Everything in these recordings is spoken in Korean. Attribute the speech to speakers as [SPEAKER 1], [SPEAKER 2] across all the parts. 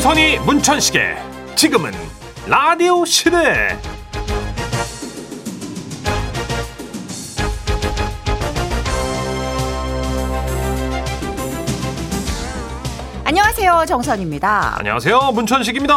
[SPEAKER 1] 손이 문천식의 지금은 라디오 시대
[SPEAKER 2] 안녕하세요 정선입니다.
[SPEAKER 1] 안녕하세요 문천식입니다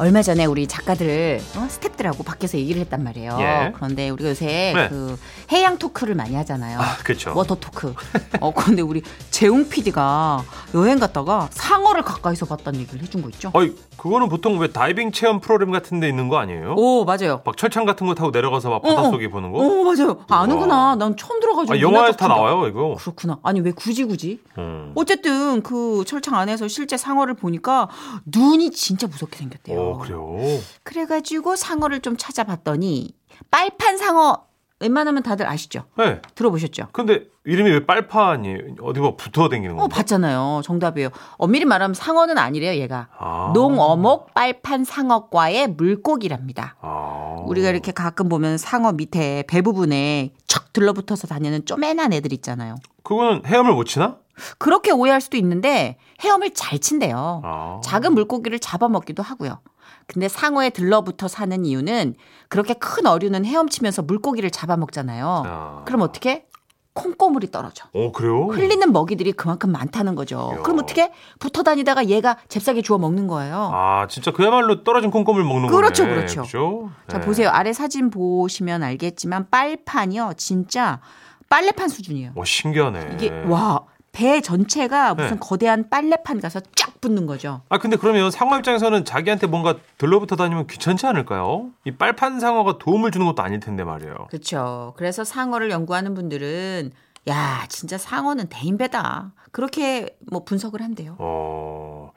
[SPEAKER 2] 얼마 전에 우리 작가들 어? 스태프들하고 밖에서 얘기를 했단 말이에요.
[SPEAKER 1] 예.
[SPEAKER 2] 그런데 우리가 요새
[SPEAKER 1] 네.
[SPEAKER 2] 그 해양 토크를 많이 하잖아요.
[SPEAKER 1] 아, 그쵸.
[SPEAKER 2] 워터 토크. 어 근데 우리 재웅 PD가 여행 갔다가 상어를 가까이서 봤다는 얘기를 해준 거 있죠?
[SPEAKER 1] 어이 그거는 보통 왜 다이빙 체험 프로그램 같은 데 있는 거 아니에요?
[SPEAKER 2] 오 맞아요.
[SPEAKER 1] 막 철창 같은 거 타고 내려가서 막
[SPEAKER 2] 어, 어.
[SPEAKER 1] 바닷속에 보는 거?
[SPEAKER 2] 오 맞아요. 아, 아는구나.
[SPEAKER 1] 우와.
[SPEAKER 2] 난 처음 들어가지고.
[SPEAKER 1] 아, 영화에서 다
[SPEAKER 2] 문화적 충격.
[SPEAKER 1] 나와요 이거
[SPEAKER 2] 그렇구나. 아니 왜 굳이 굳이?
[SPEAKER 1] 음.
[SPEAKER 2] 어쨌든 그 철창 안에서 실제 상어를 보니까 눈이 진짜 무섭게 생겼대요.
[SPEAKER 1] 어 그래요
[SPEAKER 2] 그래가지고 상어를 좀 찾아봤더니 빨판 상어 웬만하면 다들 아시죠?
[SPEAKER 1] 네
[SPEAKER 2] 들어보셨죠?
[SPEAKER 1] 근데 이름이 왜 빨판이 어디 뭐 붙어 댕기는
[SPEAKER 2] 어
[SPEAKER 1] 건가?
[SPEAKER 2] 봤잖아요. 정답이에요. 엄밀히 말하면 상어는 아니래요. 얘가
[SPEAKER 1] 아.
[SPEAKER 2] 농어목 빨판 상어과의 물고기랍니다.
[SPEAKER 1] 아.
[SPEAKER 2] 우리가 이렇게 가끔 보면 상어 밑에 배 부분에 척 들러붙어서 다니는 쪼매난 애들 있잖아요.
[SPEAKER 1] 그거는 헤엄을 못 치나?
[SPEAKER 2] 그렇게 오해할 수도 있는데 헤엄을 잘 친대요.
[SPEAKER 1] 아.
[SPEAKER 2] 작은 물고기를 잡아먹기도 하고요. 근데 상어에 들러붙어 사는 이유는 그렇게 큰 어류는 헤엄치면서 물고기를 잡아먹잖아요.
[SPEAKER 1] 아.
[SPEAKER 2] 그럼 어떻게? 콩고물이 떨어져.
[SPEAKER 1] 어 그래요?
[SPEAKER 2] 흘리는 먹이들이 그만큼 많다는 거죠.
[SPEAKER 1] 야.
[SPEAKER 2] 그럼 어떻게? 붙어 다니다가 얘가 잽싸게 주워 먹는 거예요.
[SPEAKER 1] 아 진짜 그야말로 떨어진 콩고물 먹는
[SPEAKER 2] 어. 그렇죠,
[SPEAKER 1] 거네.
[SPEAKER 2] 그렇죠.
[SPEAKER 1] 그죠?
[SPEAKER 2] 자,
[SPEAKER 1] 네.
[SPEAKER 2] 보세요. 아래 사진 보시면 알겠지만 빨판이요. 진짜 빨래판 수준이에요.
[SPEAKER 1] 와 신기하네.
[SPEAKER 2] 이게 와, 배 전체가 무슨
[SPEAKER 1] 네.
[SPEAKER 2] 거대한 빨래판 가서 쫙 붙는 거죠.
[SPEAKER 1] 아 근데 그러면 상어 입장에서는 자기한테 뭔가 들러붙어 다니면 귀찮지 않을까요? 이 빨판 상어가 도움을 주는 것도 아닐 텐데 말이에요.
[SPEAKER 2] 그렇죠. 그래서 상어를 연구하는 분들은 야, 진짜 상어는 대인배다. 그렇게 뭐 분석을 한대요.
[SPEAKER 1] 어,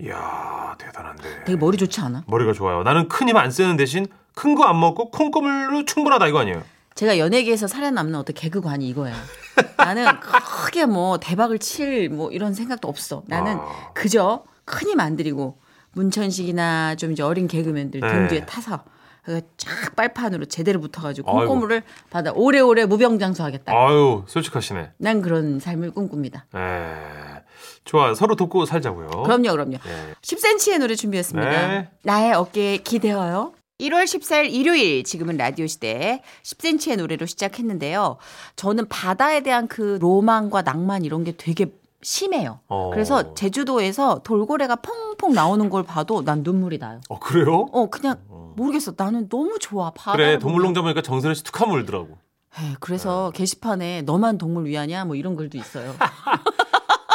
[SPEAKER 1] 이야 대단한데.
[SPEAKER 2] 되게 머리 좋지 않아?
[SPEAKER 1] 머리가 좋아요. 나는 큰 힘 안 쓰는 대신 큰 거 안 먹고 콩고물로 충분하다 이거 아니에요?
[SPEAKER 2] 제가 연예계에서 살아남는 어떤 개그관이 이거예요. 나는 크게 뭐 대박을 칠 뭐 이런 생각도 없어. 나는
[SPEAKER 1] 아.
[SPEAKER 2] 그저 큰 힘 안 들이고 문천식이나 좀 이제 어린 개그맨들 등
[SPEAKER 1] 네.
[SPEAKER 2] 뒤에 타서 그쫙 빨판으로 제대로 붙어가지고
[SPEAKER 1] 아이고.
[SPEAKER 2] 콩고물을 받아 오래오래 무병장수하겠다.
[SPEAKER 1] 아유 솔직하시네.
[SPEAKER 2] 난 그런 삶을 꿈꿉니다.
[SPEAKER 1] 에 좋아 서로 돕고 살자고요.
[SPEAKER 2] 그럼요, 그럼요.
[SPEAKER 1] 네.
[SPEAKER 2] 10cm의 노래 준비했습니다.
[SPEAKER 1] 네.
[SPEAKER 2] 나의 어깨에 기대어요. 1월 14일 일요일 지금은 라디오 시대에 10cm의 노래로 시작했는데요. 저는 바다에 대한 그 로망과 낭만 이런 게 되게 심해요.
[SPEAKER 1] 어.
[SPEAKER 2] 그래서 제주도에서 돌고래가 퐁퐁 나오는 걸 봐도 난 눈물이 나요.
[SPEAKER 1] 어 그래요?
[SPEAKER 2] 어 그냥 모르겠어. 나는 너무 좋아. 바다.
[SPEAKER 1] 그래 동물농장 네. 보니까 정선혜 씨 툭하면 울더라고.
[SPEAKER 2] 그래서 게시판에 너만 동물 위하냐 뭐 이런 글도 있어요.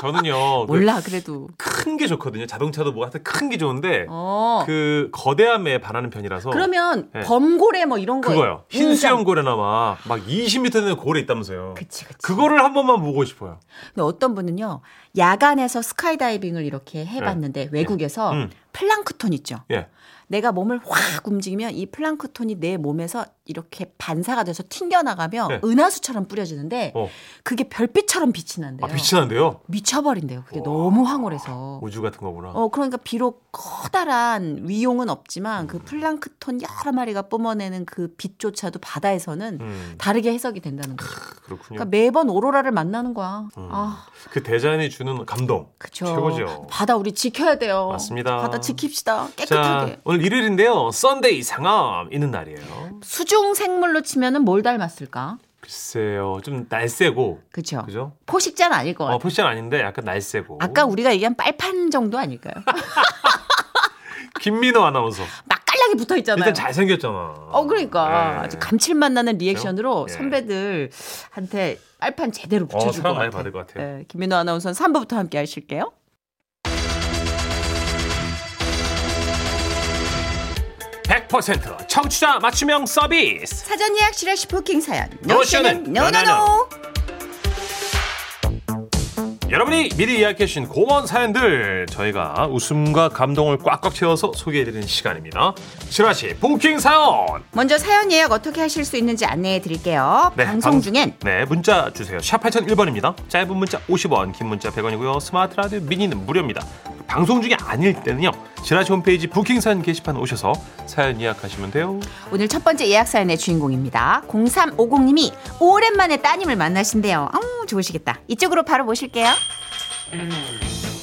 [SPEAKER 1] 저는요 그
[SPEAKER 2] 몰라 그래도.
[SPEAKER 1] 큰 게 좋거든요. 자동차도 뭐 하여튼 큰 게 좋은데
[SPEAKER 2] 어.
[SPEAKER 1] 그 거대함에 반하는 편이라서
[SPEAKER 2] 그러면
[SPEAKER 1] 네.
[SPEAKER 2] 범고래 뭐 이런 거.
[SPEAKER 1] 그거요. 흰
[SPEAKER 2] 인간.
[SPEAKER 1] 수염고래나 막, 막 20m 되는 고래 있다면서요.
[SPEAKER 2] 그치 그치.
[SPEAKER 1] 거를한 번만 보고 싶어요.
[SPEAKER 2] 근데 어떤 분은요 야간에서 스카이다이빙을 이렇게 해봤는데 외국에서
[SPEAKER 1] 네. 음.
[SPEAKER 2] 플랑크톤 있죠.
[SPEAKER 1] 예.
[SPEAKER 2] 내가 몸을 확 움직이면 이 플랑크톤이 내 몸에서 이렇게 반사가 돼서 튕겨나가며
[SPEAKER 1] 네.
[SPEAKER 2] 은하수처럼 뿌려지는데
[SPEAKER 1] 어.
[SPEAKER 2] 그게 별빛처럼 빛이 난대요.
[SPEAKER 1] 아, 빛이 난대요.
[SPEAKER 2] 미쳐버린대요. 그게
[SPEAKER 1] 우와.
[SPEAKER 2] 너무 황홀해서.
[SPEAKER 1] 우주 같은 거구나.
[SPEAKER 2] 어 그러니까 비록 커다란 위용은 없지만
[SPEAKER 1] 음.
[SPEAKER 2] 그 플랑크톤 여러 마리가 뿜어내는 그 빛조차도 바다에서는
[SPEAKER 1] 음,
[SPEAKER 2] 다르게 해석이 된다는 거죠.
[SPEAKER 1] 그렇군요.
[SPEAKER 2] 그러니까 매번 오로라를 만나는 거야.
[SPEAKER 1] 음.
[SPEAKER 2] 아.
[SPEAKER 1] 그 대자연이 주는 감동.
[SPEAKER 2] 그쵸.
[SPEAKER 1] 최고죠.
[SPEAKER 2] 바다 우리 지켜야 돼요.
[SPEAKER 1] 맞습니다.
[SPEAKER 2] 바다 지킵시다. 깨끗하게.
[SPEAKER 1] 자, 오늘 일요일인데요. 썬데이 상암 있는 날이에요.
[SPEAKER 2] 수중 생물로 치면은 뭘 닮았을까?
[SPEAKER 1] 글쎄요. 좀 날쌔고.
[SPEAKER 2] 그쵸.
[SPEAKER 1] 그죠?
[SPEAKER 2] 포식자는 아닐 것 같아.
[SPEAKER 1] 어, 포션 아닌데 약간 날쌔고.
[SPEAKER 2] 아까 우리가 얘기한 빨판 정도 아닐까요?
[SPEAKER 1] 김민호 아나운서.
[SPEAKER 2] 맛깔나게 붙어 있잖아요.
[SPEAKER 1] 일단 잘생겼잖아.
[SPEAKER 2] 어, 그러니까.
[SPEAKER 1] 예.
[SPEAKER 2] 아주 감칠맛 나는 리액션으로
[SPEAKER 1] 그죠? 예.
[SPEAKER 2] 선배들한테 빨판 제대로
[SPEAKER 1] 어,
[SPEAKER 2] 붙여줄 것
[SPEAKER 1] 사랑 많이
[SPEAKER 2] 같아요.
[SPEAKER 1] 받을 것 같아요.
[SPEAKER 2] 네, 김민호 아나운서는 3부부터 함께 하실게요.
[SPEAKER 1] 백100% 청취자 맞춤형 서비스.
[SPEAKER 2] 사전 예약실의 슈퍼킹 사연.
[SPEAKER 1] 어, 노션은
[SPEAKER 2] 노노노.
[SPEAKER 1] 네, 여러분이 미리 예약해 주신 고마운 사연들 저희가 웃음과 감동을 꽉꽉 채워서 소개해 드리는 시간입니다. 실화씨 부킹 사연.
[SPEAKER 2] 먼저 사연 예약 어떻게 하실 수 있는지 안내해 드릴게요.
[SPEAKER 1] 네,
[SPEAKER 2] 방송
[SPEAKER 1] 방-
[SPEAKER 2] 중엔
[SPEAKER 1] 네, 문자 주세요. 샵 8001번입니다. 짧은 문자 50원, 긴 문자 100원이고요. 스마트 라디오 미니는 무료입니다. 방송 중이 아닐 때는요. 지라시 홈페이지 부킹 사연 게시판 오셔서 사연 예약하시면 돼요.
[SPEAKER 2] 오늘 첫 번째 예약 사연의 주인공입니다. 0350님이
[SPEAKER 1] 어.
[SPEAKER 2] 오랜만에 따님을 만나신대요. 아우 좋으시겠다. 이쪽으로 바로 모실게요.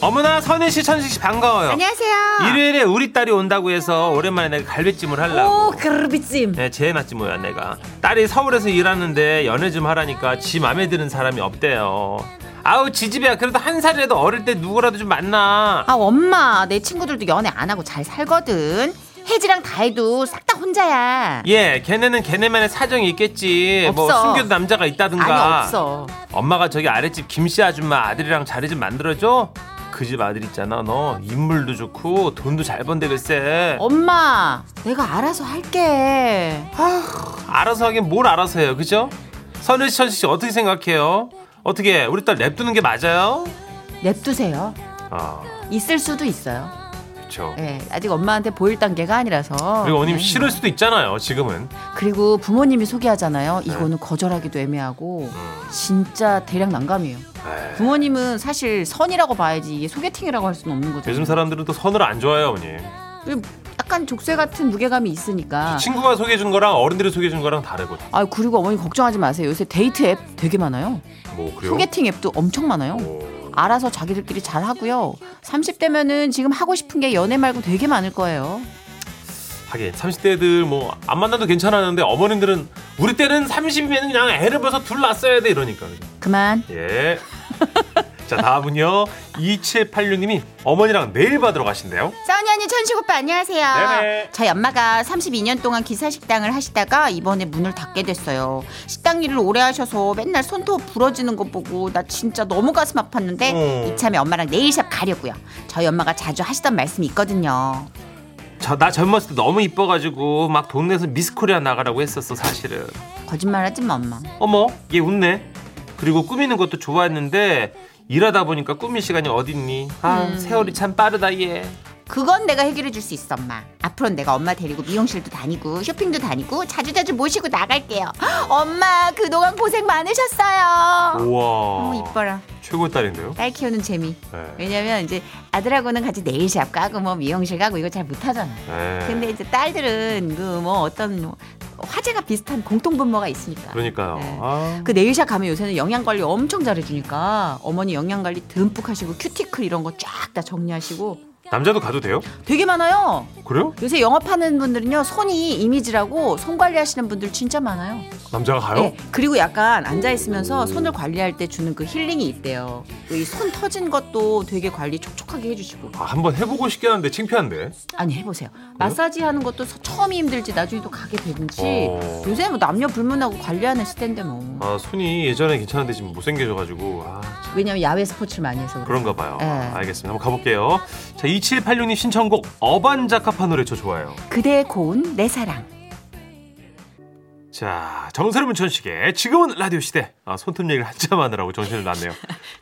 [SPEAKER 1] 어머나 선희 씨, 천식 씨 반가워요.
[SPEAKER 2] 안녕하세요.
[SPEAKER 1] 일요일에 우리 딸이 온다고 해서 오랜만에 내가 갈비찜을 하려고.
[SPEAKER 2] 오, 그르비찜.
[SPEAKER 1] 네, 제 맞지 뭐야 내가. 딸이 서울에서 일하는데 연애 좀 하라니까 지 맘에 드는 사람이 없대요. 아우 지집애야 그래도 한 살이라도 어릴 때 누구라도 좀 만나.
[SPEAKER 2] 아, 엄마. 내 친구들도 연애 안 하고 잘 살거든. 혜지랑 다혜도 싹 다 혼자야.
[SPEAKER 1] 예, 걔네는 걔네만의 사정이 있겠지. 뭐
[SPEAKER 2] 없어.
[SPEAKER 1] 숨겨둔 남자가 있다든가.
[SPEAKER 2] 아니, 없어.
[SPEAKER 1] 엄마가 저기 아랫집 김씨 아줌마 아들이랑 자리 좀 만들어줘. 그 집 아들 있잖아. 너 인물도 좋고 돈도 잘 번데 글쎄.
[SPEAKER 2] 엄마, 내가 알아서 할게.
[SPEAKER 1] 알아서 하긴 뭘 알아서 해요, 그죠? 선우 씨, 천식 씨 어떻게 생각해요? 어떻게 우리 딸 냅두는 게 맞아요?
[SPEAKER 2] 냅두세요.
[SPEAKER 1] 아,
[SPEAKER 2] 있을 수도 있어요.
[SPEAKER 1] 그렇죠.
[SPEAKER 2] 예, 아직 엄마한테 보일 단계가 아니라서.
[SPEAKER 1] 그리고 어머님
[SPEAKER 2] 네.
[SPEAKER 1] 싫을 수도 있잖아요. 지금은
[SPEAKER 2] 그리고 부모님이 소개하잖아요.
[SPEAKER 1] 네.
[SPEAKER 2] 이거는 거절하기도 애매하고
[SPEAKER 1] 음.
[SPEAKER 2] 진짜 대략 난감이에요. 부모님은 사실 선이라고 봐야지 이게 소개팅이라고 할 수는 없는 거죠.
[SPEAKER 1] 요즘 사람들은 또 선을 안 좋아해요, 어머님.
[SPEAKER 2] 약간 족쇄 같은 무게감이 있으니까.
[SPEAKER 1] 친구가 소개해 준 거랑 어른들이 소개해 준 거랑 다르고.
[SPEAKER 2] 아 그리고 어머니 걱정하지 마세요. 요새 데이트 앱 되게 많아요.
[SPEAKER 1] 뭐 그래요? 뭐,
[SPEAKER 2] 소개팅 앱도 엄청 많아요.
[SPEAKER 1] 오,
[SPEAKER 2] 알아서 자기들끼리 잘 하고요. 30대면은 지금 하고 싶은 게 연애 말고 되게 많을 거예요.
[SPEAKER 1] 하긴 30대들 뭐 안 만나도 괜찮았는데 어머님들은 우리 때는 30이면 그냥 애를 벌써 둘 낳았어야 돼 이러니까. 그죠?
[SPEAKER 2] 그만.
[SPEAKER 1] 예. 자 다음은요 2786님이 어머니랑 내일 받으러 가신대요.
[SPEAKER 2] 써니 언니 천식 오빠 안녕하세요.
[SPEAKER 1] 네네.
[SPEAKER 2] 저희 엄마가 32년 동안 기사 식당을 하시다가 이번에 문을 닫게 됐어요. 식당 일을 오래 하셔서 맨날 손톱 부러지는 거 보고 나 진짜 너무 가슴 아팠는데
[SPEAKER 1] 어.
[SPEAKER 2] 이참에 엄마랑 네일샵 가려고요. 저희 엄마가 자주 하시던 말씀이 있거든요.
[SPEAKER 1] 저, 나 젊었을 때 너무 이뻐가지고 막 동네에서 미스코리아 나가라고 했었어 사실은.
[SPEAKER 2] 거짓말하지 마 엄마.
[SPEAKER 1] 어머 얘 웃네 그리고 꾸미는 것도 좋아했는데 일하다 보니까 꾸밀 시간이 어딨니 아
[SPEAKER 2] 음.
[SPEAKER 1] 세월이 참 빠르다 얘
[SPEAKER 2] 그건 내가 해결해 줄 수 있어 엄마. 앞으로 는 내가 엄마 데리고 미용실도 다니고 쇼핑도 다니고 자주자주 모시고 나갈게요. 엄마 그동안 고생 많으셨어요.
[SPEAKER 1] 우와
[SPEAKER 2] 어, 이뻐라.
[SPEAKER 1] 최고의 딸인데요
[SPEAKER 2] 딸 키우는 재미.
[SPEAKER 1] 네.
[SPEAKER 2] 왜냐면 이제 아들하고는 같이 네일샵 가고 뭐 미용실 가고 이거 잘 못하잖아.
[SPEAKER 1] 네.
[SPEAKER 2] 근데 이제 딸들은 그 뭐 어떤 뭐 화제가 비슷한 공통 분모가 있으니까.
[SPEAKER 1] 그러니까요
[SPEAKER 2] 네.
[SPEAKER 1] 아.
[SPEAKER 2] 그 네일샵 가면 요새는 영양 관리 엄청 잘해주니까 어머니 영양 관리 듬뿍 하시고 큐티클 이런 거 쫙 다 정리하시고
[SPEAKER 1] 남자도 가도 돼요?
[SPEAKER 2] 되게 많아요.
[SPEAKER 1] 그래요?
[SPEAKER 2] 요새 영업하는 분들은요 손이 이미지라고 손 관리하시는 분들 진짜 많아요.
[SPEAKER 1] 남자가 가요?
[SPEAKER 2] 예, 그리고 약간 앉아 있으면서 손을 관리할 때 주는 그 힐링이 있대요. 이 손 터진 것도 되게 관리 촉촉하게 해주시고.
[SPEAKER 1] 아, 한번 해보고 싶긴 한데 창피한데
[SPEAKER 2] 아니 해보세요. 마사지 하는 것도 서- 처음이 힘들지 나중에 또 가게 되든지
[SPEAKER 1] 어.
[SPEAKER 2] 요새 뭐 남녀 불문하고 관리하는 시대인데 뭐.
[SPEAKER 1] 아 손이 예전에 괜찮은데 지금 못생겨져가지고 아 참.
[SPEAKER 2] 왜냐면 야외 스포츠를 많이 해서 그래.
[SPEAKER 1] 그런가 봐요
[SPEAKER 2] 네.
[SPEAKER 1] 알겠습니다 한번 가볼게요 자 2786님 신청곡 어반자카파 노래 저 좋아요
[SPEAKER 2] 그대의 고운 내 사랑.
[SPEAKER 1] 자, 정세롬 문천식의 지금은 라디오 시대. 아, 손톱 얘기를 한참 하느라고 정신을 놨네요.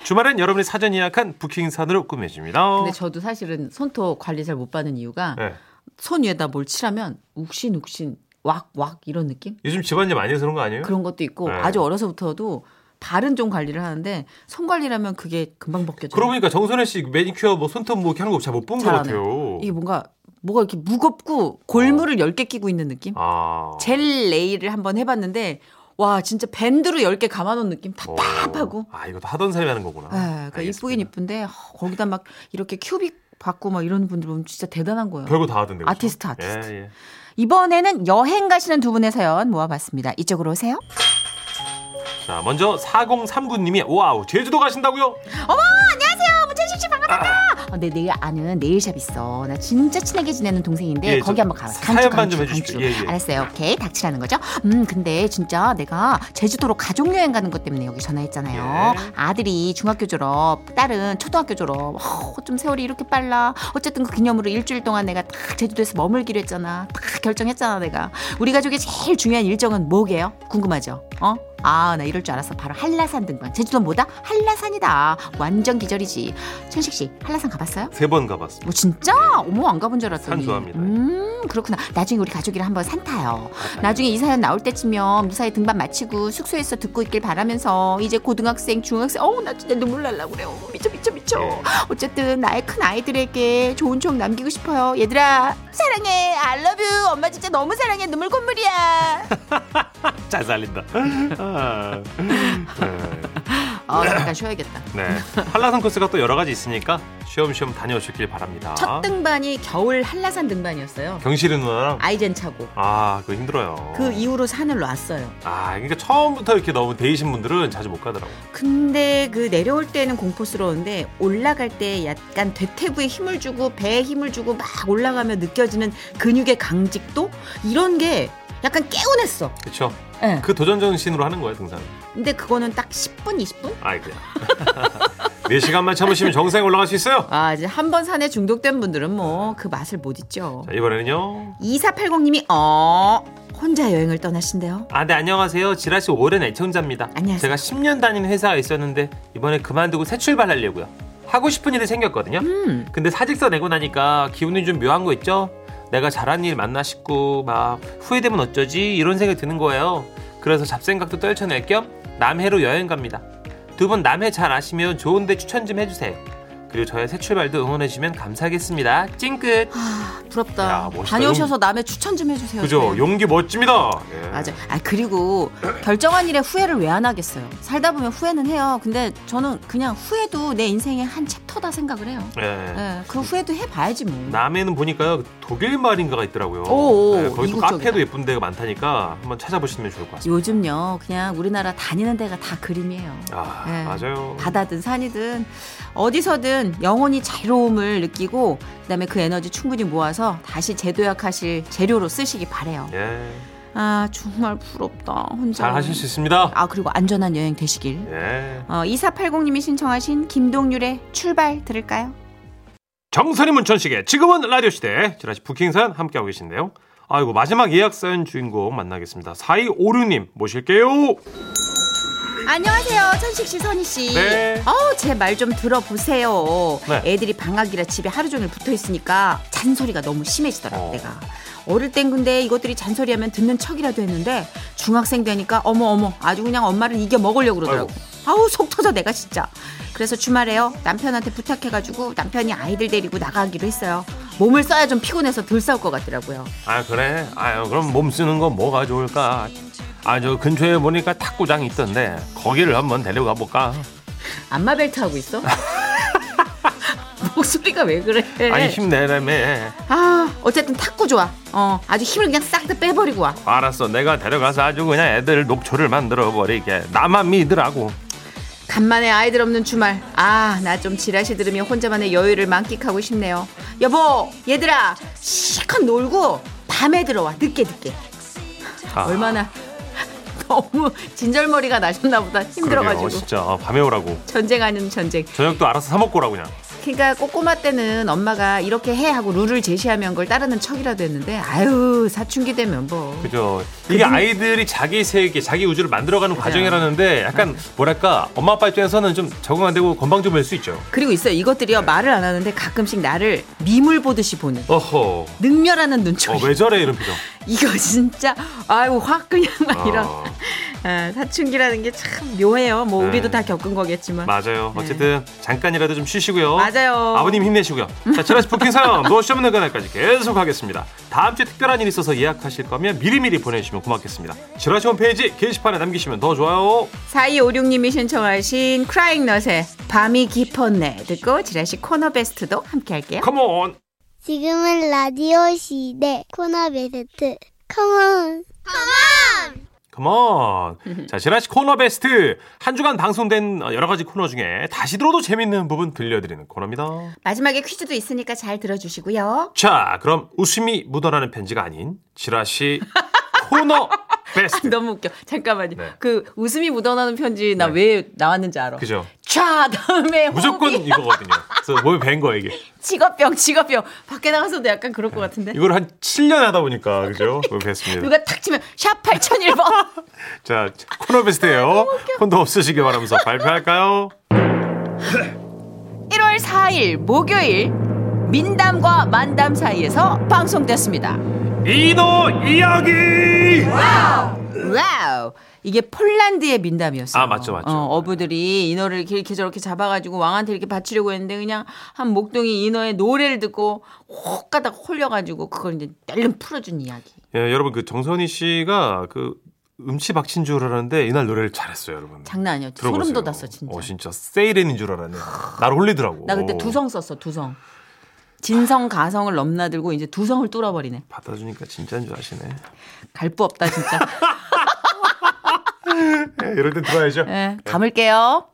[SPEAKER 1] 주말엔 여러분이 사전 예약한 부킹산으로 꾸며집니다.
[SPEAKER 2] 근데 저도 사실은 손톱 관리 잘 못 받는 이유가
[SPEAKER 1] 예.
[SPEAKER 2] 손 위에다 뭘 칠하면 욱신욱신 왁왁 이런 느낌?
[SPEAKER 1] 요즘 집안일 많이 해서 그런 거 아니에요?
[SPEAKER 2] 그런 것도 있고
[SPEAKER 1] 네.
[SPEAKER 2] 아주 어려서부터도 발은 좀 관리를 하는데 손 관리라면 그게 금방 벗겨져요.
[SPEAKER 1] 그러고 보니까 정선혜 씨 매니큐어 뭐 손톱 뭐 이렇게 하는 거 잘 못 본 것
[SPEAKER 2] 잘안
[SPEAKER 1] 같아요.
[SPEAKER 2] 이게 뭔가 뭐가 이렇게 무겁고
[SPEAKER 1] 어.
[SPEAKER 2] 골무를 열 10개 끼고 있는 느낌?
[SPEAKER 1] 아.
[SPEAKER 2] 젤 레이를 한번 해봤는데 와 진짜 밴드로 10개 감아놓은 느낌
[SPEAKER 1] 어.
[SPEAKER 2] 답답하고
[SPEAKER 1] 아, 이것도 하던 사람이 하는 거구나.
[SPEAKER 2] 아, 그러니까
[SPEAKER 1] 알겠습니다.
[SPEAKER 2] 이쁘긴 이쁜데 어, 거기다 막 이렇게 큐빅 받고 막 이런 분들 보면 진짜 대단한 거예요
[SPEAKER 1] 별거 다 하던데. 그쵸?
[SPEAKER 2] 아티스트, 아티스트.
[SPEAKER 1] 예, 예.
[SPEAKER 2] 이번에는 여행 가시는 두 분의 사연 모아봤습니다 이쪽으로 오세요
[SPEAKER 1] 자, 먼저 4039님이 와우, 제주도 가신다고요?
[SPEAKER 2] 어머 안녕하세요 문천식 씨 반갑습니다 어, 내 내일 아는 네일샵 있어 나 진짜 친하게 지내는 동생인데
[SPEAKER 1] 예,
[SPEAKER 2] 거기
[SPEAKER 1] 저
[SPEAKER 2] 한번 가봐
[SPEAKER 1] 사연만 좀 해주십시오. 예, 예.
[SPEAKER 2] 알았어요 오케이 닥치라는 거죠 음 근데 진짜 내가 제주도로 가족여행 가는 것 때문에 여기 전화했잖아요
[SPEAKER 1] 예.
[SPEAKER 2] 아들이 중학교 졸업 딸은 초등학교 졸업 어, 좀 세월이 이렇게 빨라 어쨌든 그 기념으로 일주일 동안 내가 딱 제주도에서 머물기로 했잖아 딱 결정했잖아 내가 우리 가족의 제일 중요한 일정은 뭐게요 궁금하죠 어? 아 나 이럴 줄 알았어 바로 한라산 등반 제주도 뭐다? 한라산이다 완전 기절이지 천식 씨 한라산 가봤어요?
[SPEAKER 1] 세 번 가봤습니다.
[SPEAKER 2] 뭐 진짜? 어머 안 가본 줄 알았더니.
[SPEAKER 1] 산 좋아합니다.
[SPEAKER 2] 음 그렇구나. 나중에 우리 가족이랑 한번 산 타요. 나중에 이 사연 나올 때쯤이면 무사히 등반 마치고 숙소에서 듣고 있길 바라면서 이제 고등학생, 중학생, 어우 나 진짜 눈물 날라 그래. 어머, 미쳐 미쳐 미쳐.
[SPEAKER 1] 예.
[SPEAKER 2] 어쨌든 나의 큰 아이들에게 좋은 추억 남기고 싶어요. 얘들아 사랑해, I love you. 엄마 진짜 너무 사랑해. 눈물 콧물이야.
[SPEAKER 1] 잘 살린다. 아. 네.
[SPEAKER 2] 아 잠깐 쉬어야겠다.
[SPEAKER 1] 네. 한라산 코스가 또 여러 가지 있으니까 시험시험 다녀오셨길 바랍니다.
[SPEAKER 2] 첫 등반이 겨울 한라산 등반이었어요.
[SPEAKER 1] 경실이 누나랑
[SPEAKER 2] 아이젠 차고.
[SPEAKER 1] 아 그거 힘들어요.
[SPEAKER 2] 그 이후로 산을 놨어요.
[SPEAKER 1] 아 그러니까 처음부터 이렇게 너무 데이신 분들은 자주 못 가더라고.
[SPEAKER 2] 근데 그 내려올 때는 공포스러운데 올라갈 때 약간 대퇴부에 힘을 주고 배에 힘을 주고 막 올라가며 느껴지는 근육의 강직도 이런 게 약간 개운했어.
[SPEAKER 1] 그렇죠.
[SPEAKER 2] 예.
[SPEAKER 1] 그 도전 정신으로 하는 거예요 등산.
[SPEAKER 2] 근데 그거는 딱 10분, 20분?
[SPEAKER 1] 아이고야. 4시간만 참으시면 정상에 올라갈 수 있어요.
[SPEAKER 2] 아, 이제 한 번 산에 중독된 분들은 뭐 그 맛을 못 잊죠.
[SPEAKER 1] 자, 이번에는요.
[SPEAKER 2] 2480님이 어 혼자 여행을 떠나신대요.
[SPEAKER 1] 아, 네, 안녕하세요. 지라시 오랜 애청자입니다.
[SPEAKER 2] 안녕하세요.
[SPEAKER 1] 제가 10년 다닌 회사에 있었는데 이번에 그만두고 새 출발하려고요. 하고 싶은 일이 생겼거든요.
[SPEAKER 2] 음.
[SPEAKER 1] 근데 사직서 내고 나니까 기분이 좀 묘한 거 있죠? 내가 잘한 일 맞나 싶고 막 후회되면 어쩌지 이런 생각이 드는 거예요. 그래서 잡생각도 떨쳐낼 겸 남해로 여행 갑니다. 두 분 남해 잘 아시면 좋은데 추천 좀 해주세요. 그리고 저의 새 출발도 응원해주시면 감사하겠습니다. 찡끝.
[SPEAKER 2] 아, 부럽다.
[SPEAKER 1] 야, 멋있다.
[SPEAKER 2] 다녀오셔서 남의 추천 좀 해주세요.
[SPEAKER 1] 그죠?
[SPEAKER 2] 저희.
[SPEAKER 1] 용기 멋집니다. 예.
[SPEAKER 2] 맞아. 아 그리고 결정한 일에 후회를 왜 안 하겠어요. 살다 보면 후회는 해요. 근데 저는 그냥 후회도 내 인생의 한 챕터다 생각을 해요.
[SPEAKER 1] 예.
[SPEAKER 2] 예, 그 후회도 해봐야지 뭐.
[SPEAKER 1] 남해는 보니까요 그 독일 말인가가 있더라고요.
[SPEAKER 2] 오, 오,
[SPEAKER 1] 네, 거기 또
[SPEAKER 2] 이국적이다.
[SPEAKER 1] 카페도 예쁜 데가 많다니까 한번 찾아보시면 좋을 것 같습니다.
[SPEAKER 2] 요즘요, 그냥 우리나라 다니는 데가 다 그림이에요.
[SPEAKER 1] 아
[SPEAKER 2] 네.
[SPEAKER 1] 맞아요.
[SPEAKER 2] 바다든 산이든 어디서든 영혼이 자유로움을 느끼고 그다음에 그 에너지 충분히 모아서 다시 재도약하실 재료로 쓰시기 바래요.
[SPEAKER 1] 예,
[SPEAKER 2] 아 정말 부럽다 혼자.
[SPEAKER 1] 잘 하실 수 있습니다.
[SPEAKER 2] 아 그리고 안전한 여행 되시길.
[SPEAKER 1] 예.
[SPEAKER 2] 어, 2480님이 신청하신 김동률의 출발 들을까요?
[SPEAKER 1] 정선이 문천식의 지금은 라디오 시대 지라시 부킹산 함께하고 계신데요. 아이고 마지막 예약 사연 주인공 만나겠습니다. 4256님 모실게요.
[SPEAKER 2] 안녕하세요. 천식 씨, 선희 씨.
[SPEAKER 1] 네.
[SPEAKER 2] 어우, 제 말 좀 들어보세요.
[SPEAKER 1] 네.
[SPEAKER 2] 애들이 방학이라 집에 하루 종일 붙어 있으니까 잔소리가 너무 심해지더라고,
[SPEAKER 1] 어.
[SPEAKER 2] 내가. 어릴 땐 근데 이것들이 잔소리하면 듣는 척이라도 했는데 중학생 되니까 어머 어머 아주 그냥 엄마를 이겨 먹으려고 그러더라고. 아우 속 터져 내가 진짜. 그래서 주말에요 남편한테 부탁해가지고 남편이 아이들 데리고 나가기로 했어요. 몸을 써야 좀 피곤해서 덜 싸울 것 같더라고요.
[SPEAKER 1] 아 그래? 아유 그럼 몸 쓰는 건 뭐가 좋을까? 아 저 근처에 보니까 탁구장이 있던데 거기를 한번 데려가 볼까?
[SPEAKER 2] 안마벨트 하고 있어? 목소리가 왜 그래?
[SPEAKER 1] 아니 힘내라며.
[SPEAKER 2] 아, 어쨌든 탁구 좋아. 어, 아주 힘을 그냥 싹 다 빼버리고 와.
[SPEAKER 1] 알았어 내가 데려가서 아주 그냥 애들 녹초를 만들어 버리게 나만 믿으라고
[SPEAKER 2] 간만에 아이들 없는 주말. 아, 나 좀 지라시 들으며 혼자만의 여유를 만끽하고 싶네요. 여보, 얘들아, 실컷 놀고 밤에 들어와. 늦게 늦게.
[SPEAKER 1] 아,
[SPEAKER 2] 얼마나 너무 진절머리가 나셨나 보다. 힘들어가지고.
[SPEAKER 1] 그러게요, 진짜 밤에 오라고
[SPEAKER 2] 전쟁 아닌 전쟁.
[SPEAKER 1] 저녁도 알아서 사 먹고 오라고 그냥
[SPEAKER 2] 그러니까 꼬꼬마 때는 엄마가 이렇게 해 하고 룰을 제시하면 그걸 따르는 척이라도 했는데 아유 사춘기 되면 뭐
[SPEAKER 1] 그죠 네. 이게 아이들이 자기 세계 자기 우주를 만들어가는 과정이라는데 약간 뭐랄까 엄마 아빠 입장에서는 좀 적응 안 되고 건방져보일 수 있죠
[SPEAKER 2] 그리고 있어요 이것들이요 말을 안 하는데 가끔씩 나를 미물 보듯이 보는
[SPEAKER 1] 어허
[SPEAKER 2] 능멸하는 눈초리.
[SPEAKER 1] 어, 왜 저래 이런 표정
[SPEAKER 2] 이거 진짜 아유 확 그냥 막 이런
[SPEAKER 1] 어,
[SPEAKER 2] 아, 사춘기라는 게 참 묘해요. 뭐
[SPEAKER 1] 네.
[SPEAKER 2] 우리도 다 겪은 거겠지만
[SPEAKER 1] 맞아요 어쨌든 잠깐이라도 좀 쉬시고요
[SPEAKER 2] 맞아요.
[SPEAKER 1] 아버님 힘내시고요. 자, 지라시 부킹 사연 노쇼 없는 그날까지 계속 하겠습니다. 다음 주에 특별한 일이 있어서 예약하실 거면 미리미리 보내주시면 고맙겠습니다. 지라시 홈페이지 게시판에 남기시면 더 좋아요.
[SPEAKER 2] 4256님이 신청하신 크라잉넛의 밤이 깊었네 듣고 지라시 코너 베스트도 함께 할게요.
[SPEAKER 1] 컴온!
[SPEAKER 3] 지금은 라디오 시대 코너 베스트 컴온
[SPEAKER 1] 컴온! 자, 지라시 코너 베스트! 한 주간 방송된 여러 가지 코너 중에 다시 들어도 재밌는 부분 들려드리는 코너입니다.
[SPEAKER 2] 마지막에 퀴즈도 있으니까 잘 들어주시고요.
[SPEAKER 1] 자, 그럼 웃음이 묻어나는 편지가 아닌 지라시 코너 베스트!
[SPEAKER 2] 너무 웃겨. 잠깐만요.
[SPEAKER 1] 네.
[SPEAKER 2] 그 웃음이 묻어나는 편지 나
[SPEAKER 1] 네.
[SPEAKER 2] 왜 나왔는지 알아.
[SPEAKER 1] 그죠?
[SPEAKER 2] 자 다음에
[SPEAKER 1] 무조건
[SPEAKER 2] 호흡이
[SPEAKER 1] 이거거든요. 그래서 몸에 밴 거예요, 이게.
[SPEAKER 2] 직업병 직업병 밖에 나가서도 약간 그럴 것 같은데
[SPEAKER 1] 이걸 한 7년 하다 보니까, 그죠? 그렇게 했습니다.
[SPEAKER 2] 누가 탁 치면 샵 8001번
[SPEAKER 1] 자, 코너
[SPEAKER 2] 아,
[SPEAKER 1] 베스트예요. 혼도 없으시길 바라면서 발표할까요?
[SPEAKER 2] 1월 4일 목요일 민담과 만담 사이에서 방송됐습니다.
[SPEAKER 1] 이도 이야기!
[SPEAKER 2] 와우! 이게 폴란드의 민담이었어요.
[SPEAKER 1] 아, 맞죠, 맞죠.
[SPEAKER 2] 어, 어부들이 인어를 이렇게 저렇게 잡아가지고 왕한테 이렇게 바치려고 했는데 그냥 한 목동이 인어의 노래를 듣고 혹 가다가 홀려가지고 그걸 이제 얼른 풀어준 이야기.
[SPEAKER 1] 예, 여러분 그 정선희 씨가 그 음치박친 줄 알았는데 이날 노래를 잘했어요, 여러분.
[SPEAKER 2] 장난 아니었지.
[SPEAKER 1] 들어보세요.
[SPEAKER 2] 소름 돋았어 진짜.
[SPEAKER 1] 어, 진짜 세일인인 줄 알았네. 나를 홀리더라고.
[SPEAKER 2] 나 그때
[SPEAKER 1] 어,
[SPEAKER 2] 두성 썼어 두성. 진성 가성을 넘나들고 이제 두성을 뚫어버리네.
[SPEAKER 1] 받아주니까 진짜인 줄 아시네.
[SPEAKER 2] 갈 부 없다 진짜.
[SPEAKER 1] 예, 이럴 땐 들어야죠.
[SPEAKER 2] 예, 감을게요.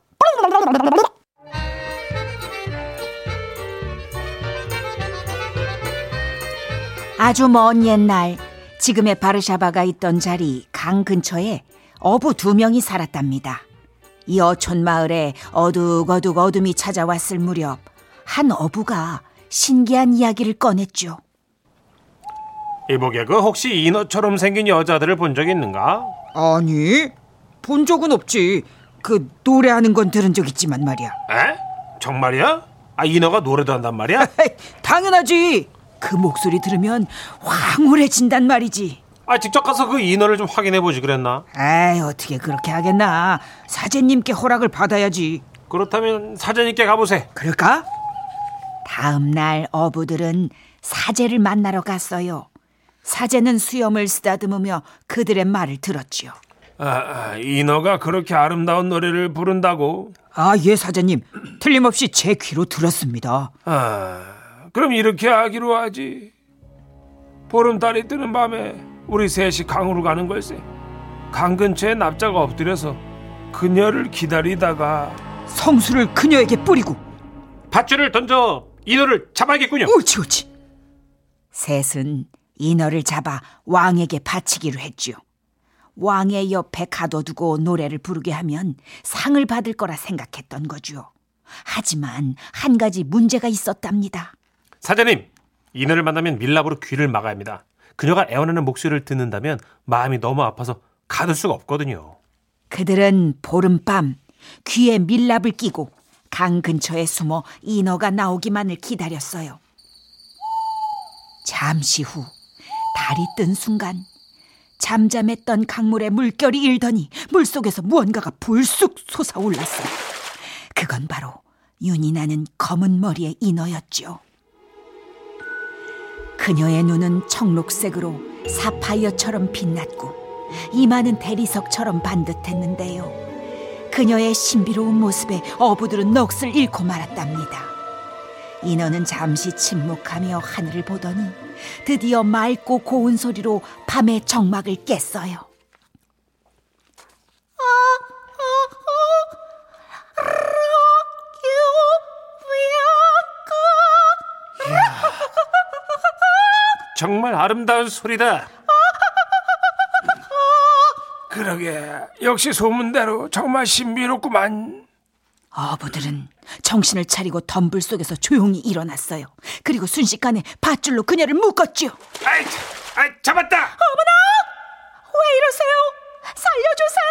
[SPEAKER 4] 아주 먼 옛날 지금의 바르샤바가 있던 자리 강 근처에 어부 두 명이 살았답니다. 이 어촌 마을에 어둑어둑 어둠이 찾아왔을 무렵 한 어부가 신기한 이야기를 꺼냈죠.
[SPEAKER 1] 이보게 그 혹시 인어처럼 생긴 여자들을 본 적 있는가?
[SPEAKER 4] 아니 본 적은 없지. 그 노래하는 건 들은 적 있지만 말이야.
[SPEAKER 1] 에? 정말이야? 아 인어가 노래도 한단 말이야?
[SPEAKER 4] 당연하지. 그 목소리 들으면 황홀해진단 말이지.
[SPEAKER 1] 아 직접 가서 그 인어를 좀 확인해 보지 그랬나?
[SPEAKER 4] 에이 어떻게 그렇게 하겠나. 사제님께 허락을 받아야지.
[SPEAKER 1] 그렇다면 사장님께 가보세.
[SPEAKER 4] 그럴까? 다음 날 어부들은 사제를 만나러 갔어요. 사제는 수염을 쓰다듬으며 그들의 말을 들었지요.
[SPEAKER 1] 아, 아, 인어가 그렇게 아름다운 노래를 부른다고?
[SPEAKER 4] 아, 예, 사제님. 틀림없이 제 귀로 들었습니다.
[SPEAKER 1] 아, 그럼 이렇게 하기로 하지. 보름달이 뜨는 밤에 우리 셋이 강으로 가는 걸세. 강 근처에 납자가 엎드려서 그녀를 기다리다가
[SPEAKER 4] 성수를 그녀에게 뿌리고
[SPEAKER 1] 밧줄을 던져 인어를 잡아야겠군요.
[SPEAKER 4] 옳지, 옳지. 셋은 인어를 잡아 왕에게 바치기로 했지요. 왕의 옆에 가둬두고 노래를 부르게 하면 상을 받을 거라 생각했던 거죠. 하지만 한 가지 문제가 있었답니다.
[SPEAKER 1] 사장님, 인어를 만나면 밀랍으로 귀를 막아야 합니다. 그녀가 애원하는 목소리를 듣는다면 마음이 너무 아파서 가둘 수가 없거든요.
[SPEAKER 4] 그들은 보름밤 귀에 밀랍을 끼고 강 근처에 숨어 인어가 나오기만을 기다렸어요. 잠시 후 달이 뜬 순간 잠잠했던 강물에 물결이 일더니 물속에서 무언가가 불쑥 솟아올랐어요. 그건 바로 윤이 나는 검은 머리의 인어였지요. 그녀의 눈은 청록색으로 사파이어처럼 빛났고 이마는 대리석처럼 반듯했는데요. 그녀의 신비로운 모습에 어부들은 넋을 잃고 말았답니다. 인어는 잠시 침묵하며 하늘을 보더니 드디어 맑고 고운 소리로 밤의 정막을 깼어요.
[SPEAKER 1] 정말 아름다운 소리다. 그러게 역시 소문대로 정말 신비롭구만.
[SPEAKER 4] 어부들은 정신을 차리고 덤불 속에서 조용히 일어났어요. 그리고 순식간에 밧줄로 그녀를 묶었지요.
[SPEAKER 1] 아이, 아이 잡았다.
[SPEAKER 4] 왜 이러세요? 살려주세요!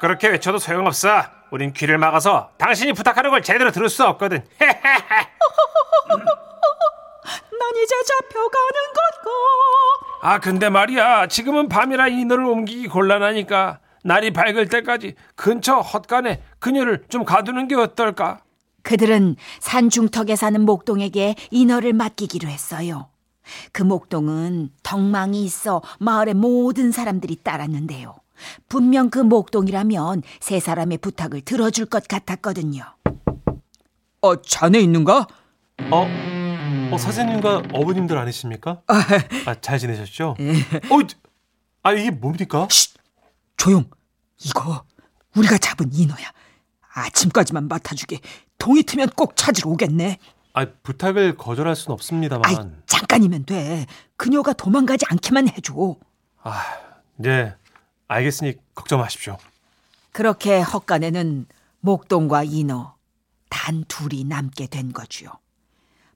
[SPEAKER 1] 그렇게 외쳐도 소용없어. 우린 귀를 막아서 당신이 부탁하는 걸 제대로 들을 수 없거든.
[SPEAKER 4] 난 이제 잡혀가는 것과
[SPEAKER 1] 아 근데 말이야 지금은 밤이라 인어를 옮기기 곤란하니까 날이 밝을 때까지 근처 헛간에 그녀를 좀 가두는 게 어떨까?
[SPEAKER 4] 그들은 산 중턱에 사는 목동에게 인어를 맡기기로 했어요. 그 목동은 덕망이 있어 마을의 모든 사람들이 따랐는데요. 분명 그 목동이라면 세 사람의 부탁을 들어줄 것 같았거든요. 어, 자네 있는가?
[SPEAKER 1] 어? 어 사장님과 어부님들 아니십니까? 아 잘 지내셨죠?
[SPEAKER 2] 예.
[SPEAKER 1] 어, 아 이게 뭡니까?
[SPEAKER 4] 조용. 이거 우리가 잡은 인어야. 아침까지만 맡아주게. 동이 트면 꼭 찾으러 오겠네.
[SPEAKER 1] 아 부탁을 거절할 순 없습니다만.
[SPEAKER 4] 아이, 잠깐이면 돼. 그녀가 도망가지 않게만 해줘.
[SPEAKER 1] 아, 네. 알겠으니 걱정 마십시오.
[SPEAKER 4] 그렇게 헛간에는 목동과 인어 단 둘이 남게 된 거지요.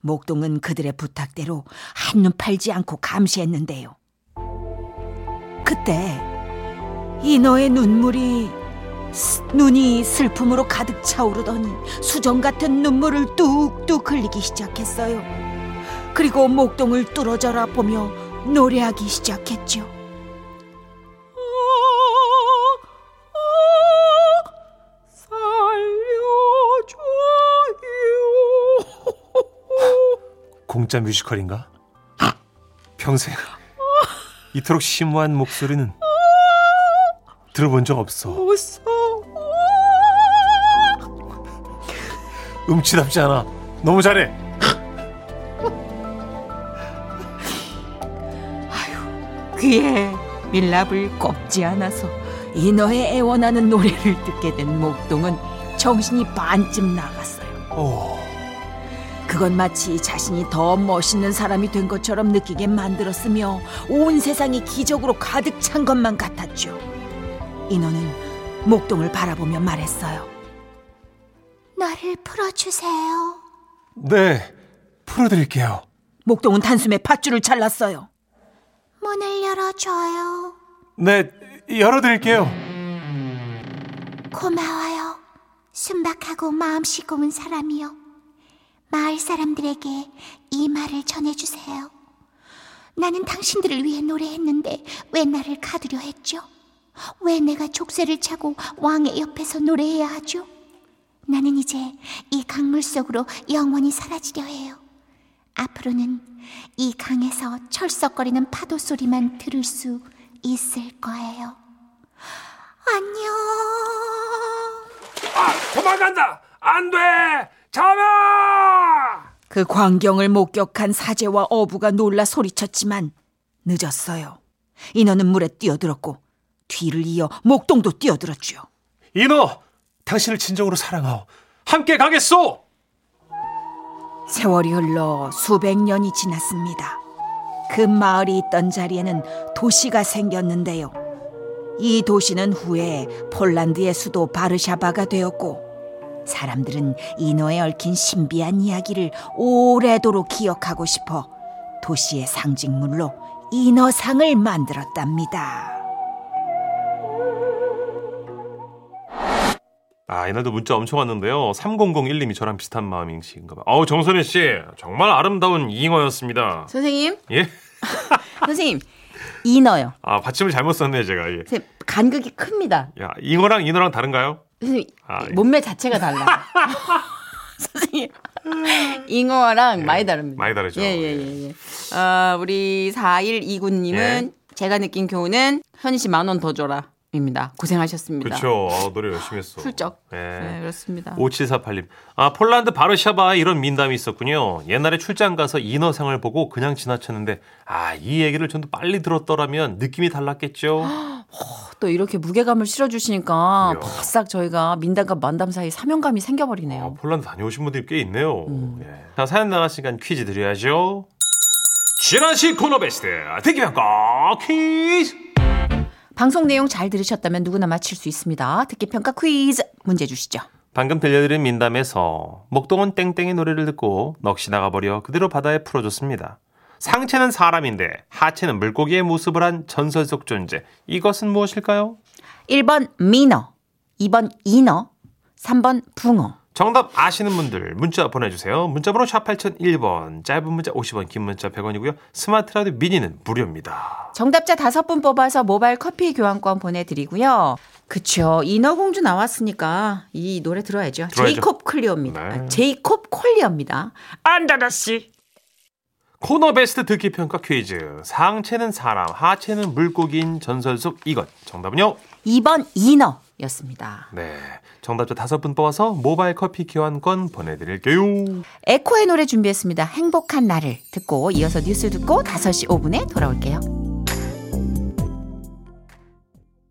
[SPEAKER 4] 목동은 그들의 부탁대로 한눈 팔지 않고 감시했는데요. 그때 인어의 눈물이 스- 눈이 슬픔으로 가득 차오르더니 수정 같은 눈물을 뚝뚝 흘리기 시작했어요. 그리고 목동을 뚫어져라 보며 노래하기 시작했죠.
[SPEAKER 1] 공짜 뮤지컬인가? 평생 이토록 심오한 목소리는
[SPEAKER 5] 들어본 적 없어.
[SPEAKER 4] 없어.
[SPEAKER 5] 음치답지 않아. 너무 잘해.
[SPEAKER 4] 귀에 밀랍을 꼽지 않아서 인어에 애원하는 노래를 듣게 된 목동은 정신이 반쯤 나갔어요.
[SPEAKER 5] 오,
[SPEAKER 4] 그건 마치 자신이 더 멋있는 사람이 된 것처럼 느끼게 만들었으며 온 세상이 기적으로 가득 찬 것만 같았죠. 인어는 목동을 바라보며 말했어요.
[SPEAKER 3] 나를 풀어주세요.
[SPEAKER 5] 네, 풀어드릴게요.
[SPEAKER 4] 목동은 단숨에 팥줄을 잘랐어요.
[SPEAKER 3] 문을 열어줘요.
[SPEAKER 5] 네, 열어드릴게요.
[SPEAKER 3] 고마워요. 순박하고 마음씨 고운 사람이요. 마을 사람들에게 이 말을 전해주세요. 나는 당신들을 위해 노래했는데 왜 나를 가두려 했죠? 왜 내가 족쇄를 차고 왕의 옆에서 노래해야 하죠? 나는 이제 이 강물 속으로 영원히 사라지려 해요. 앞으로는 이 강에서 철썩거리는 파도 소리만 들을 수 있을 거예요. 안녕.
[SPEAKER 1] 아, 도망간다! 안 돼! 잡아!
[SPEAKER 4] 그 광경을 목격한 사제와 어부가 놀라 소리쳤지만 늦었어요. 인어는 물에 뛰어들었고 뒤를 이어 목동도 뛰어들었죠.
[SPEAKER 5] 인어, 당신을 진정으로 사랑하오. 함께 가겠소.
[SPEAKER 4] 세월이 흘러 수백 년이 지났습니다. 그 마을이 있던 자리에는 도시가 생겼는데요. 이 도시는 후에 폴란드의 수도 바르샤바가 되었고 사람들은 인어에 얽힌 신비한 이야기를 오래도록 기억하고 싶어 도시의 상징물로 인어상을 만들었답니다.
[SPEAKER 1] 아, 이날도 문자 엄청 왔는데요. 3001님이 저랑 비슷한 마음이신가 봐요. 어우, 정선혜 씨. 정말 아름다운 이잉어였습니다.
[SPEAKER 2] 선생님,
[SPEAKER 1] 예?
[SPEAKER 2] 선생님, 인어요.
[SPEAKER 1] 아, 받침을 잘못 썼네요, 제가. 예.
[SPEAKER 2] 선생님, 간극이 큽니다.
[SPEAKER 1] 야, 잉어랑 인어랑 다른가요?
[SPEAKER 2] 선생님,
[SPEAKER 1] 아, 예.
[SPEAKER 2] 몸매 자체가 달라. 선생님, 잉어랑 많이 다릅니다.
[SPEAKER 1] 많이 다르죠.
[SPEAKER 2] 예, 예, 예. 예. 아, 우리 4129님은
[SPEAKER 1] 예.
[SPEAKER 2] 제가 느낀 교훈은 현희 씨 만 원 더 줘라. 입니다. 고생하셨습니다.
[SPEAKER 1] 그쵸. 아, 노래 열심히 했어.
[SPEAKER 2] 훌쩍.
[SPEAKER 1] 예.
[SPEAKER 2] 네, 그렇습니다.
[SPEAKER 1] 5748님. 아, 폴란드 바르샤바에 이런 민담이 있었군요. 옛날에 출장 가서 인어상을 보고 그냥 지나쳤는데, 아, 이 얘기를 좀 더 빨리 들었더라면 느낌이 달랐겠죠?
[SPEAKER 2] 또 이렇게 무게감을 실어주시니까
[SPEAKER 1] 이야.
[SPEAKER 2] 바싹 저희가 민담과 만담 사이 사명감이
[SPEAKER 1] 아,
[SPEAKER 2] 생겨버리네요.
[SPEAKER 1] 폴란드 다녀오신 분들이 꽤 있네요.
[SPEAKER 2] 음.
[SPEAKER 1] 예. 자, 사연 나갈 시간 퀴즈 드려야죠. 지라시 코너 베스트 아, 대기평가 퀴즈! 아.
[SPEAKER 2] 방송 내용 잘 들으셨다면 누구나 맞힐 수 있습니다. 듣기 평가 퀴즈 문제 주시죠.
[SPEAKER 1] 방금 들려드린 민담에서 목동은 땡땡이 노래를 듣고 넋이 나가버려 그대로 바다에 풀어줬습니다. 상체는 사람인데 하체는 물고기의 모습을 한 전설 속 존재. 이것은 무엇일까요?
[SPEAKER 2] 1번 민어, 2번 인어, 3번 붕어.
[SPEAKER 1] 정답 아시는 분들 문자 보내주세요. 문자번호 샵 8001번 짧은 문자 50원 긴 문자 100원이고요. 스마트 라디오 미니는 무료입니다.
[SPEAKER 2] 정답자 5분 뽑아서 모바일 커피 교환권 보내드리고요. 그쵸. 인어공주 나왔으니까 이 노래 들어야죠.
[SPEAKER 1] 들어야죠.
[SPEAKER 2] 제이콥 클리오입니다.
[SPEAKER 1] 네.
[SPEAKER 2] 아, 제이콥 콜리어입니다. 안다다씨.
[SPEAKER 1] 코너 베스트 듣기 평가 퀴즈. 상체는 사람, 하체는 물고기인 전설 속 이것. 정답은요?
[SPEAKER 2] 2번 인어였습니다.
[SPEAKER 1] 네. 정답자 다섯 분 뽑아서 모바일 커피 교환권 보내드릴게요.
[SPEAKER 2] 에코의 노래 준비했습니다. 행복한 나를 듣고 이어서 뉴스 듣고 5시 5분에 돌아올게요.